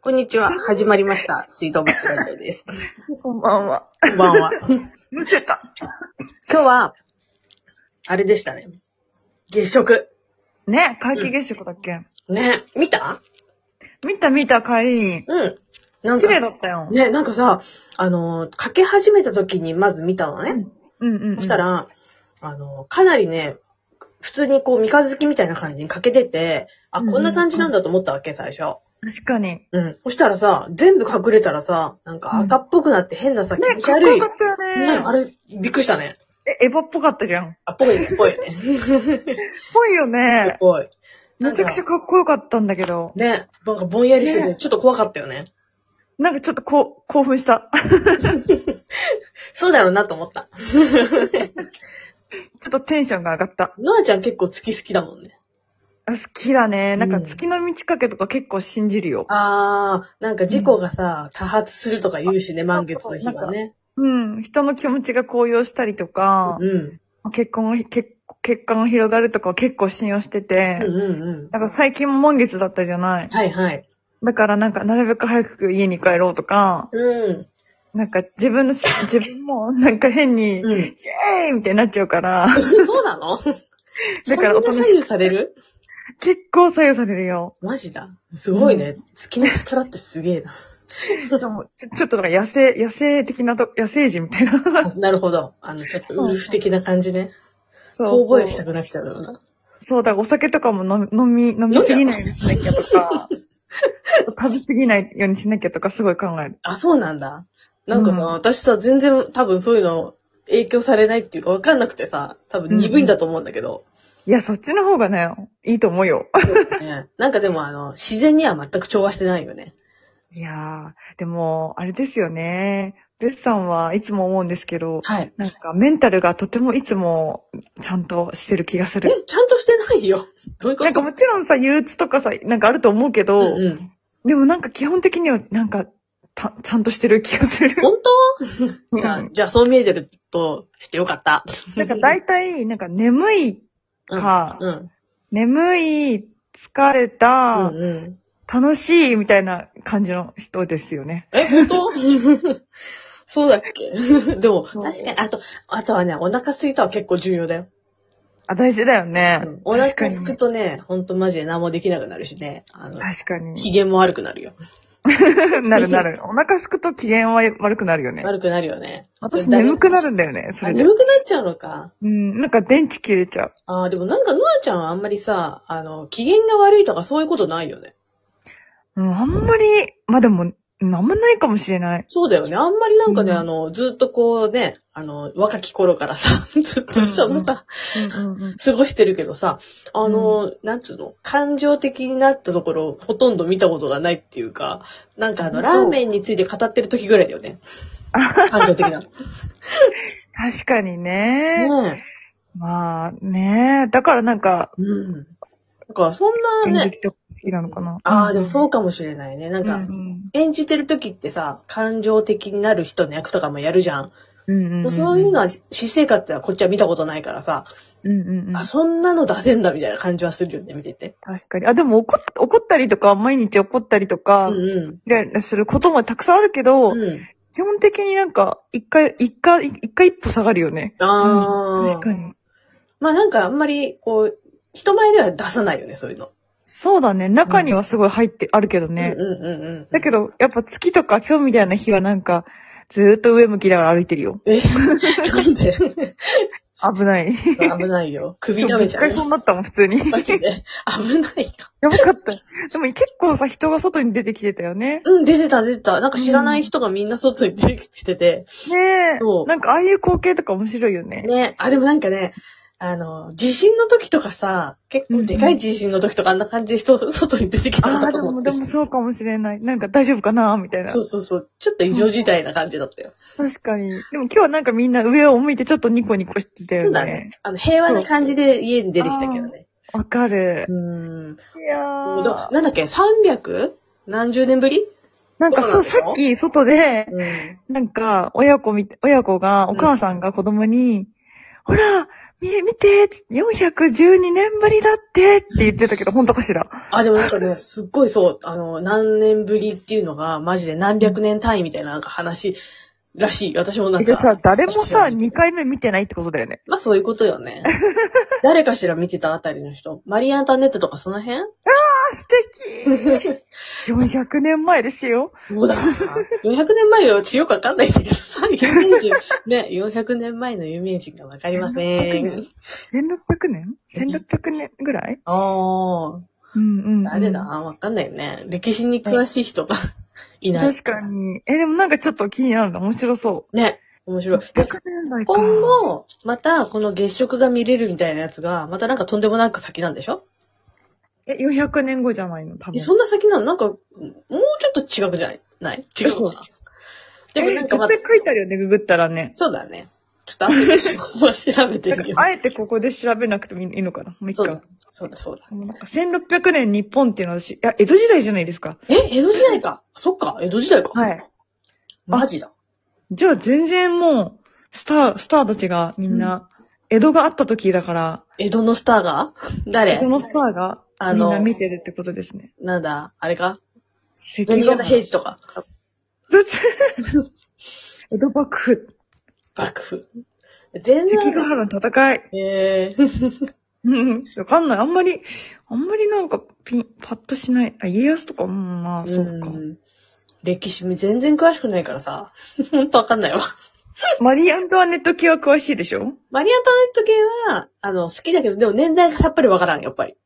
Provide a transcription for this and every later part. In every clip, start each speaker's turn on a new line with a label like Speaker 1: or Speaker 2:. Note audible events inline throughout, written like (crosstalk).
Speaker 1: こんにちは。始まりました。水道橋ラジオです。
Speaker 2: こんばんは。
Speaker 1: こんばんは。
Speaker 2: むせた。
Speaker 1: 今日は、あれでしたね。月食。
Speaker 2: ね、皆既月食だっけ、
Speaker 1: ね、見た
Speaker 2: 見た見た帰り
Speaker 1: うん。なん
Speaker 2: に。綺麗
Speaker 1: か、
Speaker 2: だったよ。
Speaker 1: ね、なんかさ、あのー、かけ始めた時にまず見たのね。
Speaker 2: うんうん、うん。
Speaker 1: そした、ら、あのー、かなりね、普通にこう三日月みたいな感じに欠けてて、あ、
Speaker 2: うん
Speaker 1: こんな感じなんだと思ったわけ、最初。
Speaker 2: 確かに。ね、
Speaker 1: うん。そしたらさ、全部隠れたらさ、なんか赤っぽくなって変なさ、気
Speaker 2: かっ
Speaker 1: 持ち
Speaker 2: こ
Speaker 1: 悪
Speaker 2: よ
Speaker 1: い。
Speaker 2: か
Speaker 1: ね、
Speaker 2: ったよね。
Speaker 1: あれ、びっくりしたね。
Speaker 2: え、エヴァっぽかったじゃん。っ
Speaker 1: あ、ぽいね、ぽいね。
Speaker 2: ぽいよ
Speaker 1: す
Speaker 2: ね。
Speaker 1: ごい。
Speaker 2: めちゃくちゃかっこよかったんだけど。
Speaker 1: ね、なんかぼんやりしてて、
Speaker 2: ね
Speaker 1: ちょっと怖かったよね。
Speaker 2: なんかちょっとこう、興奮した。 (laughs)
Speaker 1: そうだろうなと思った。
Speaker 2: ちょっとテンションが上がった。
Speaker 1: (laughs) ノアちゃん結構月好きだもんね。
Speaker 2: あ好きだね。なん
Speaker 1: う
Speaker 2: か
Speaker 1: ん
Speaker 2: 月の満ち欠けとか結構信じるよ。
Speaker 1: あー、なんか事故がさ、多発するとか言うしね、満月の日はね。
Speaker 2: うん。人の気持ちが高揚したりとか、
Speaker 1: うん。
Speaker 2: 結婚が、結結果が広がるとかは結構信用してて
Speaker 1: うん、うんうん。
Speaker 2: なんか最近も満月だったじゃない。
Speaker 1: はいはい。
Speaker 2: だからなんか、なるべく早く家に帰ろうとか、
Speaker 1: うん。
Speaker 2: なんか自
Speaker 1: (laughs)
Speaker 2: 分のし、自分もなんか変に、イ
Speaker 1: うん。
Speaker 2: エーイみたいになっちゃ
Speaker 1: (laughs)
Speaker 2: うから、
Speaker 1: そうなの
Speaker 2: だから
Speaker 1: そ
Speaker 2: お
Speaker 1: んな
Speaker 2: とな
Speaker 1: 左
Speaker 2: し
Speaker 1: 右され
Speaker 2: く。
Speaker 1: る
Speaker 2: 結構左右されるよ。
Speaker 1: マジだ。すごいね。月の力ってすげえな。
Speaker 2: でもちょちょっとなんか野生、野生的なと、野生児みたいな。
Speaker 1: (laughs)
Speaker 2: そう
Speaker 1: なるほど。あの、ちょっとウルフ的な感じね。
Speaker 2: そう
Speaker 1: 遠吠えしたくなっちゃうのな。
Speaker 2: そう、だからお酒とかも飲み、飲み、飲みすぎないようにしなきゃとか、食べすぎないようにしなきゃとかすごい考える。
Speaker 1: あ、そうなんだ。なんかさ、
Speaker 2: うん
Speaker 1: 私さ、全然多分そういうの影響されないっていうかわかんなくてさ、多分鈍いんだと思うんだけど。
Speaker 2: いや、そっちの方がね、いいと思うよ。
Speaker 1: ねなんかでもあの、自然には全く調和してないよね。
Speaker 2: いやー、でも、あれですよね。ベスさんはいつも思うんですけど、
Speaker 1: はい。
Speaker 2: なんかメンタルがとてもいつもちゃんとしてる気がす
Speaker 1: え
Speaker 2: る。、
Speaker 1: ちゃんとしてないよ。どういうこと
Speaker 2: なんかもちろんさ、憂鬱とかさ、なんかあると思うけど、
Speaker 1: うんうん。
Speaker 2: でもなんか基本的にはなんかた、ちゃんとしてる気がする。
Speaker 1: 本
Speaker 2: う
Speaker 1: 当
Speaker 2: ん
Speaker 1: じゃあ、じゃあそう見えてるとしてよかった。
Speaker 2: なんか大体、なんか眠いか、
Speaker 1: うん。
Speaker 2: 眠い、疲れ
Speaker 1: うん
Speaker 2: た、
Speaker 1: うん。
Speaker 2: 楽しいみたいな感じの人ですよね。
Speaker 1: え、本
Speaker 2: (laughs)
Speaker 1: 当そうだっけ (laughs) でも、
Speaker 2: そう
Speaker 1: 確かに、あと、あとはね、お腹すいたは結構重要だよ。
Speaker 2: あ、大事だよね。
Speaker 1: うん、お
Speaker 2: 確か
Speaker 1: 腹
Speaker 2: に
Speaker 1: すく
Speaker 2: ね。
Speaker 1: とね、ほんとマジで何もできなくなるしね。あの、
Speaker 2: 確か
Speaker 1: 機
Speaker 2: に。
Speaker 1: 嫌も悪くなるよ。
Speaker 2: なるなる。お腹すくと機嫌は悪くなるよね。
Speaker 1: 悪くなるよね。
Speaker 2: 私眠くな
Speaker 1: る。
Speaker 2: るんだよね、そ
Speaker 1: あ、
Speaker 2: れで
Speaker 1: 眠。くなっちゃうのか。
Speaker 2: うん、なんか電池切れちゃう。
Speaker 1: ああ、でもなんか、ノアちゃんはあんまりさ、あの、機嫌が悪いとかそういうことないよね。
Speaker 2: うん、あんまり、まあ、でも、うんあんまないかもしれない。
Speaker 1: そうだよね。あんまりなんかね、
Speaker 2: うん
Speaker 1: あの、ずっとこうね、あの、若き頃からさ、 (laughs) ずっと一緒にさ、
Speaker 2: うんうんうん。
Speaker 1: 過ごしてるけどさ、あの、なんつうの、感情的になったところ、ほとんど見たことがないっていうか、なんかあの、
Speaker 2: そう
Speaker 1: ラーメンについて語ってる時ぐらいだよ
Speaker 2: (laughs)
Speaker 1: ね。感情的なの。
Speaker 2: 確かにね。
Speaker 1: ね
Speaker 2: まあね。だからなんか
Speaker 1: え。、うん。だから、そんな
Speaker 2: 演
Speaker 1: ね、
Speaker 2: 劇とか好きなのかな。
Speaker 1: ああ、でもそううかもしれないね。なんか、
Speaker 2: ん
Speaker 1: 演じてる時ってさ、感情的になる人の役とかもやるじゃん。
Speaker 2: うんうん。
Speaker 1: そういうの
Speaker 2: は、
Speaker 1: は、私生活ではこっちは見たことないからさ、
Speaker 2: うんうんうん
Speaker 1: あ、。そんなの出せんだみたいな感じはするよね、見てて。
Speaker 2: 確かに。あ、でも怒っ怒ったりとか、毎日怒ったりと
Speaker 1: う
Speaker 2: か、
Speaker 1: んうん。
Speaker 2: イライラすることもたくさんあるけど、
Speaker 1: うん。
Speaker 2: 基本的になんか、一回、一回、一回一歩下がるよね。
Speaker 1: ああ、
Speaker 2: 確か。に。
Speaker 1: まあなんかあんまり、こう、人前では出さないよね、そういうの。
Speaker 2: そうだね。中にはすごい入ってあるけどね。
Speaker 1: うんうんうんうん。
Speaker 2: だけ
Speaker 1: ど、
Speaker 2: ど、やっぱ月とか今日みたいな日はなんか、ずーっと上向きながら歩いてるよ。 (laughs)
Speaker 1: え、なんで (laughs)
Speaker 2: 危ない。
Speaker 1: 危ないよ。首
Speaker 2: で
Speaker 1: 舐
Speaker 2: も
Speaker 1: め
Speaker 2: 一
Speaker 1: ちゃう
Speaker 2: 回。そうなったもん、普通に。
Speaker 1: マジで。危ないよ。
Speaker 2: やばかった。でも結構さ、人が外に出てきてたよね。
Speaker 1: うん、出てた出てた。なんか知らない人がみんな外に出てきてて。
Speaker 2: ねえ
Speaker 1: そう。
Speaker 2: なんかああいう光景とか面白いよね。
Speaker 1: ね、あ、でもなんかね、あの、地震の時とかさ、結構でかい地震の時とかあんな感じで人、外に出てきた
Speaker 2: あ
Speaker 1: な
Speaker 2: あ、
Speaker 1: と
Speaker 2: で
Speaker 1: 思
Speaker 2: も、
Speaker 1: って
Speaker 2: で。もそうかもしれない。なんか大丈夫かなみたいな。
Speaker 1: そうそうそう。ちょっと異常事態な感じだったよ。
Speaker 2: 確かに。でも今日はなんかみんな上を向いてちょっとニコニコしてたよね。
Speaker 1: そうだね。あの、平和な感じで家に出てきたけどね。
Speaker 2: わかる。
Speaker 1: うーん。
Speaker 2: いや
Speaker 1: だ
Speaker 2: ー。
Speaker 1: なんだっけ、300? 何十年ぶり
Speaker 2: なんかそう、
Speaker 1: そうなの
Speaker 2: さっき外で、
Speaker 1: うん。
Speaker 2: なんか親子み、親子が、お母さんが子供に、ほら、え、見て !412 年ぶりだってって言ってたけど、本当かしら。
Speaker 1: あ、でもなんかね、すっごいそう、あの、何年ぶりっていうのが、マジで何百年単位みたいななんか話らしい。私もなん
Speaker 2: え、じゃあ
Speaker 1: か
Speaker 2: さ、、誰もさ、
Speaker 1: 確かに
Speaker 2: 2回目見てないってことだよね。
Speaker 1: まあそういうことよ (laughs) ね。誰かしら見てたあたりの人。マリーアンタネットとかその辺
Speaker 2: あ、素敵 (laughs) !400 年前ですよ。
Speaker 1: そうだな。400年前よ、ちよくわかんないんだけどさ、有名人、ね、400年前の有名人がわかりません。
Speaker 2: 1600年 ?1600 年ぐらい
Speaker 1: ああ、
Speaker 2: うんうん、うん。
Speaker 1: 誰だわかんないよね。歴史に詳しい人がいない。
Speaker 2: 確かに。え、でもなんかちょっと気になるな。面白そ
Speaker 1: ね、面
Speaker 2: う。
Speaker 1: 白い。で
Speaker 2: 600年代か。
Speaker 1: 今後、またこの月食が見れるみたいなやつが、またなんかとんでもなく先なんでしょ
Speaker 2: え、400年後じゃないの多分。
Speaker 1: えそんな先なのなんか、もうちょっと違くじゃないない違うかな。でもなんかまた
Speaker 2: え、絶対書いてあるよね、ググったらね。
Speaker 1: そうだね。ちょっとアプリケーションを調べて
Speaker 2: なんか
Speaker 1: みよ
Speaker 2: あえてここで調べなくてもいいのかなもう
Speaker 1: う。
Speaker 2: 一
Speaker 1: そう
Speaker 2: 回
Speaker 1: だ。、そうだ、そうだ。
Speaker 2: もうなんか1600年日本っていうのは私、いや、江戸時代じゃないですか。
Speaker 1: え、江戸時代か。そっか、江戸時代か。
Speaker 2: はい。
Speaker 1: マジだ。
Speaker 2: じゃあ全然もう、スター、スターたちがみんな、江戸があった時だから、
Speaker 1: 江戸のスターが
Speaker 2: 江
Speaker 1: 誰
Speaker 2: 戸のスターが
Speaker 1: あ
Speaker 2: みん
Speaker 1: の
Speaker 2: な見てるってことですね。
Speaker 1: なんだあれか
Speaker 2: 関
Speaker 1: 銭形平
Speaker 2: 治。
Speaker 1: 次とか。
Speaker 2: (laughs) 江戸幕府、
Speaker 1: 幕府。全然。
Speaker 2: 関ヶ原の戦い。
Speaker 1: えー、
Speaker 2: うんわかんない。あんまり、あんまりなんかピン、パッとしない。あ、家康とか、うん、まあ、そっか。
Speaker 1: ん歴史全然詳しくないからさ。 (laughs) ほんとわかんないわ。
Speaker 2: マリー・アントワネット系は詳しいでしょ
Speaker 1: マリーアントネット系は、あの、好きだけど、でも年代がさっぱりわからん、やっぱり。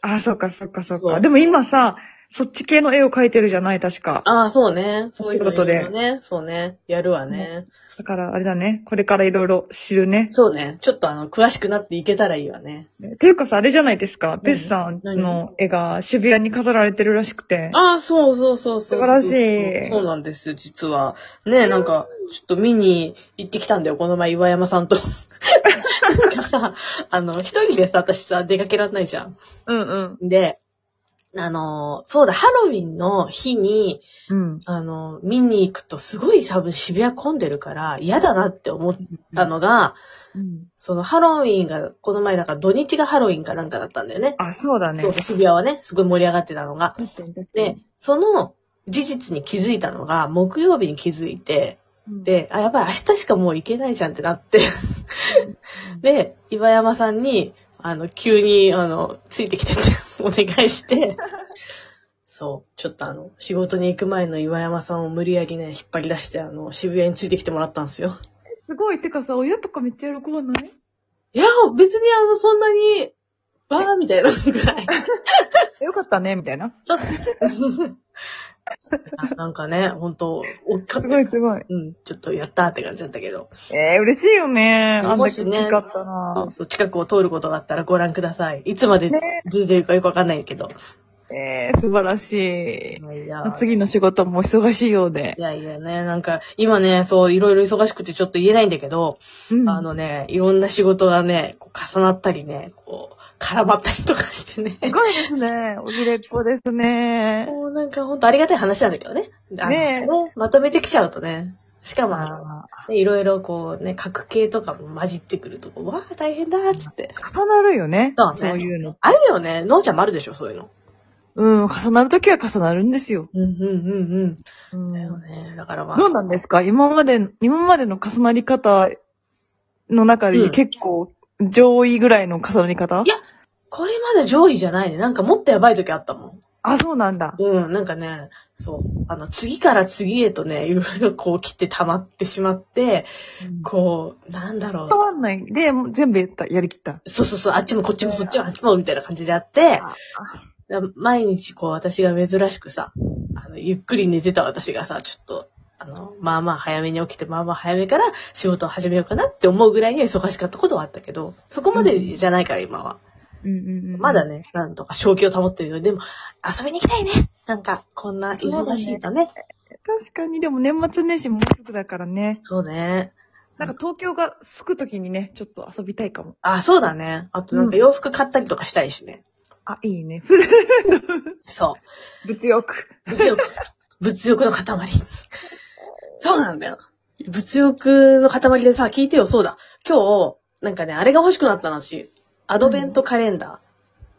Speaker 2: あ、そっかそっかそっ
Speaker 1: そう
Speaker 2: か。でも今さ、そっち系の絵を描いてるじゃない、確か。
Speaker 1: ああ、そうね。そういうの
Speaker 2: お仕事
Speaker 1: い
Speaker 2: で
Speaker 1: ろいろね。そうね。やるわね。
Speaker 2: だから、あれだね。これからいろいろ知るね。
Speaker 1: そうね。ちょっとあの、詳しくなっていけたらいいわね。
Speaker 2: っていうかさ、あれじゃないですか。ベスさん
Speaker 1: 何
Speaker 2: の絵が渋谷に飾られてるらしくて。
Speaker 1: ああ、そうそうそうそうそう。
Speaker 2: 素晴らしい
Speaker 1: そうなんですよ、実は。ねなんか、ちょっと見に行ってきたんだよ、この前、岩山さん
Speaker 2: (laughs)
Speaker 1: と。なんかさ、あの、一人でさ、私さ、出かけられないじゃん。
Speaker 2: うんうん。
Speaker 1: で、あの、そうだ、ハロウィンの日に、
Speaker 2: うん。
Speaker 1: あの、見に行くとすごい多分渋谷混んでるから嫌だなって思ったのが、
Speaker 2: うん。
Speaker 1: そのハロウィンが、この前なんか土日がハロウィンかなんかだったんだよね。
Speaker 2: あ、そうだね。
Speaker 1: そう、渋谷はね、すごい盛り上がってたのが。
Speaker 2: 確かに確か
Speaker 1: で
Speaker 2: に。、
Speaker 1: その事実に気づいたのが、木曜日に気づいて、
Speaker 2: うん、
Speaker 1: で、あ、やばい、明日しかもう行けないじゃんってなって、 (laughs) で、岩山さんに、あの、急に、あの、ついてきてって (laughs) お願い (laughs) して、そう、ちょっとあの、仕事に行く前の岩山さんを無理やりね、引っ張り出して、あの、渋谷についてきてもらったんですよ。
Speaker 2: すごい。てかさ、親とかめっちゃ喜ばない
Speaker 1: いや、別にあの、そんなに、わーみたいなぐらい。
Speaker 2: よかったね、みたいな。
Speaker 1: (laughs) そう (laughs) だね。あなんかね、本当大きかっ
Speaker 2: す
Speaker 1: た。
Speaker 2: ごいすごい。
Speaker 1: うん、ちょっとやったーって感じだったけど。
Speaker 2: えー、嬉しいよね。あんだ
Speaker 1: もし
Speaker 2: け
Speaker 1: ね
Speaker 2: 大きかった
Speaker 1: そ
Speaker 2: な
Speaker 1: う。そう、近くを通ることがあったらご覧ください。いつまで
Speaker 2: ね
Speaker 1: 出てるかよくわかんないけど。
Speaker 2: えー、素晴らしい。
Speaker 1: いやー
Speaker 2: 次の仕事も忙しいようで
Speaker 1: い。やいやね、なんか、今ね、そう、いろいろ忙しくてちょっと言えないんだけど、
Speaker 2: うん
Speaker 1: あのね、いろんな仕事がね、こう重なったりね、こう、絡まったりとかしてね。
Speaker 2: す (laughs) ごいですね。おじれっ子ですね。
Speaker 1: もうなんかほんとありがたい話なんだけどね。あの
Speaker 2: ねえ
Speaker 1: まとめてきちゃうとね。しかもあの、
Speaker 2: まあ、
Speaker 1: ねいろいろこうね、格系とかも混じってくると、こうわあ大変だーっつって。
Speaker 2: 重なるよね。
Speaker 1: そうね
Speaker 2: そういうの。
Speaker 1: あるよね、のうちゃんもあるでしょ、そういうの。
Speaker 2: うん、重なるときは重なるんですよ。
Speaker 1: うんうんうんうん。
Speaker 2: うん
Speaker 1: だよね。だからまあ。
Speaker 2: どうなんですか今まで、今までの重なり方の中
Speaker 1: う
Speaker 2: で
Speaker 1: ん
Speaker 2: 結構上位ぐらいの重なり方、
Speaker 1: いやこれまだ上位じゃないね。なんかもっとやばい時あったもん。
Speaker 2: あ、そうなんだ。
Speaker 1: うん、なんかね、そう。あの、次から次へとね、いろいろこう切って溜まってしまって、こう、なんだろう
Speaker 2: 変。わんない。で、もう全部やった、やりきった。
Speaker 1: そうそうそう、あっちもこっちもそっちもあっちもみたいな感じであって、だ毎日こう私が珍しくさ、あの、ゆっくり寝てた私がさ、ちょっと、あの、まあまあ早めに起きて、まあまあ早めから仕事を始めようかなって思うぐらいには忙しかったことはあったけど、そこまでじゃないから今は。
Speaker 2: うんうんうん。
Speaker 1: まだね、なんとか正気を保ってるよ。でも、遊びに行きたいね。なんか、こんな忙しいとね。
Speaker 2: 確かに、でも年末年始もうすぐだからね。
Speaker 1: そうね。
Speaker 2: なんか東京がすくときにね、ちょっと遊びたいかも。
Speaker 1: あ、そうだね。あとなんか
Speaker 2: うん
Speaker 1: 洋服買ったりとかしたいしね。
Speaker 2: あ、いいね。
Speaker 1: そ
Speaker 2: 物欲。
Speaker 1: う。物欲。 (laughs) 物欲の塊。そうなんだよ。物欲の塊でさ、聞いてよ、そうだ。今日、なんかね、あれが欲しくなったの、私。アドベントカレンダー。わ、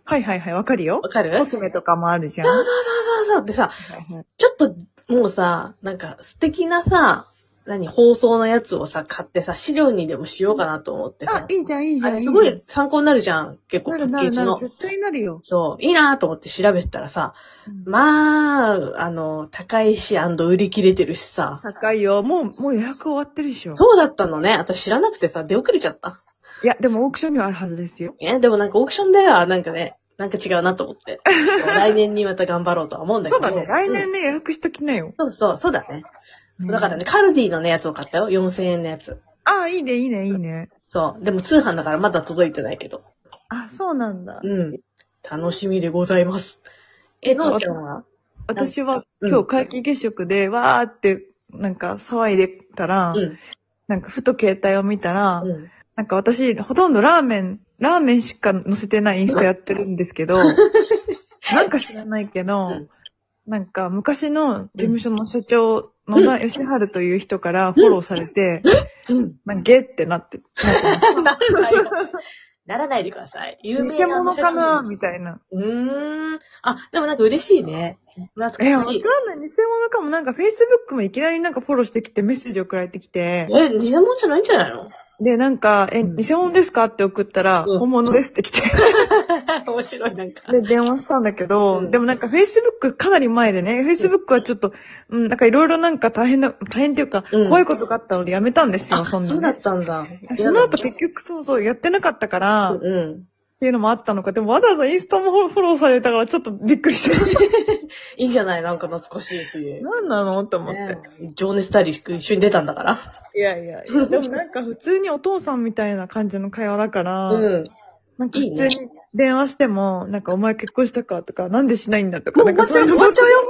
Speaker 2: はいはいはい、わかるよ。
Speaker 1: かる
Speaker 2: コスメとかもあるじゃん。
Speaker 1: そうそうそうそうそう。でさ、
Speaker 2: はいはい
Speaker 1: ちょっと、もうさ、なんか素敵なさ、何、放送のやつをさ、買ってさ、資料にでもしようかなと思って
Speaker 2: あ
Speaker 1: さ、。
Speaker 2: いいじゃん、いいじ
Speaker 1: あ
Speaker 2: ゃん。
Speaker 1: れすご
Speaker 2: いい
Speaker 1: い参考になるじゃん。結
Speaker 2: じゃ
Speaker 1: 構パ
Speaker 2: んなる
Speaker 1: ッ
Speaker 2: な
Speaker 1: ケー
Speaker 2: る
Speaker 1: ジ
Speaker 2: なる
Speaker 1: の。。
Speaker 2: 絶対になるよ。
Speaker 1: そう、いいなと思って調べてたらさ、まあ、あの、高いし、売り切れてるしさ。
Speaker 2: 高いよ。もう、もう予約終わってるでしょ。
Speaker 1: そうだったのね。私知らなくてさ、出遅れちゃった。
Speaker 2: いや、でもオークションにはあるはずですよ。
Speaker 1: え、でもなんかオークションでは、なんかね、なんか違うなと思っ
Speaker 2: (laughs)
Speaker 1: て。来年にまた頑張ろうとは思うんだけ
Speaker 2: そ
Speaker 1: ど。
Speaker 2: うだね。来
Speaker 1: う
Speaker 2: 年
Speaker 1: ん
Speaker 2: ね、予約しときなよ。
Speaker 1: そうそう、そうだね。だからね、。カルディのね、やつを買ったよ。4000円のやつ。
Speaker 2: ああ、いいね、いいね、いいね。
Speaker 1: そう。でも通販だからまだ届いてないけど。
Speaker 2: あ、そうなんだ。
Speaker 1: うん。楽しみでございます。え、のうちゃんは
Speaker 2: 私
Speaker 1: なん
Speaker 2: は
Speaker 1: かうん
Speaker 2: 今日皆既月食で、わーって、なんか騒いでたら、
Speaker 1: うん。
Speaker 2: なんかふと携帯を見たら、
Speaker 1: うん。
Speaker 2: なんか私、ほとんどラーメン、ラーメンしか載せてないインスタやってるんです
Speaker 1: (laughs)
Speaker 2: けど、なんか知らないけど、
Speaker 1: うん
Speaker 2: なんか昔の事務所の社長、野田義春という人からフォローされて、
Speaker 1: うん。
Speaker 2: なんかゲーってなって、なんか
Speaker 1: ならないで。 (laughs) ならないでください。有名な
Speaker 2: 偽物かな
Speaker 1: う
Speaker 2: みたいな。
Speaker 1: ーん。あ、でもなんか嬉しいね。
Speaker 2: え、
Speaker 1: 懐
Speaker 2: わ
Speaker 1: か
Speaker 2: か
Speaker 1: しい。
Speaker 2: んない。偽物かも。なんか Facebook もいきなりなんかフォローしてきてメッセージ送られてきて、
Speaker 1: え、偽物じゃないんじゃない
Speaker 2: (laughs)
Speaker 1: の
Speaker 2: で、なんか、え、
Speaker 1: うん
Speaker 2: 偽物ですかって送ったら、
Speaker 1: うん
Speaker 2: 本物ですって来て。
Speaker 1: 面白い、なんか。
Speaker 2: で、電話したんだけど、
Speaker 1: うん
Speaker 2: でもなんか Facebook かなり前でね、Facebook はちょっと、うん、なんかいろいろなんか大変な、大変っていうか、
Speaker 1: うん
Speaker 2: 怖いことがあったのでやめたんですよ、
Speaker 1: あ、
Speaker 2: そ
Speaker 1: そ
Speaker 2: ん
Speaker 1: うだ
Speaker 2: なね、
Speaker 1: ったんだ。
Speaker 2: その後結局そうそうやってなかったから、
Speaker 1: うん
Speaker 2: っ
Speaker 1: うん。
Speaker 2: ていうのもあったのか、でもわざわざインスタもフォローフォローされたからちょっとびっく
Speaker 1: (laughs)
Speaker 2: りした。
Speaker 1: いいんじゃないなんか懐かしいし。
Speaker 2: 何なのと思って。
Speaker 1: ね情熱大陸一緒に出たんだから。
Speaker 2: いや
Speaker 1: (laughs)
Speaker 2: いやいや、でもなんか普通にお父さんみたいな感じの会話だから、
Speaker 1: うん。
Speaker 2: なんか普通に電話しても、なんかお前結婚したかとか、なんでしないんだとか、
Speaker 1: もう
Speaker 2: な
Speaker 1: 終わっちゃう
Speaker 2: んか
Speaker 1: よ、
Speaker 2: い
Speaker 1: 終わっちゃうよ。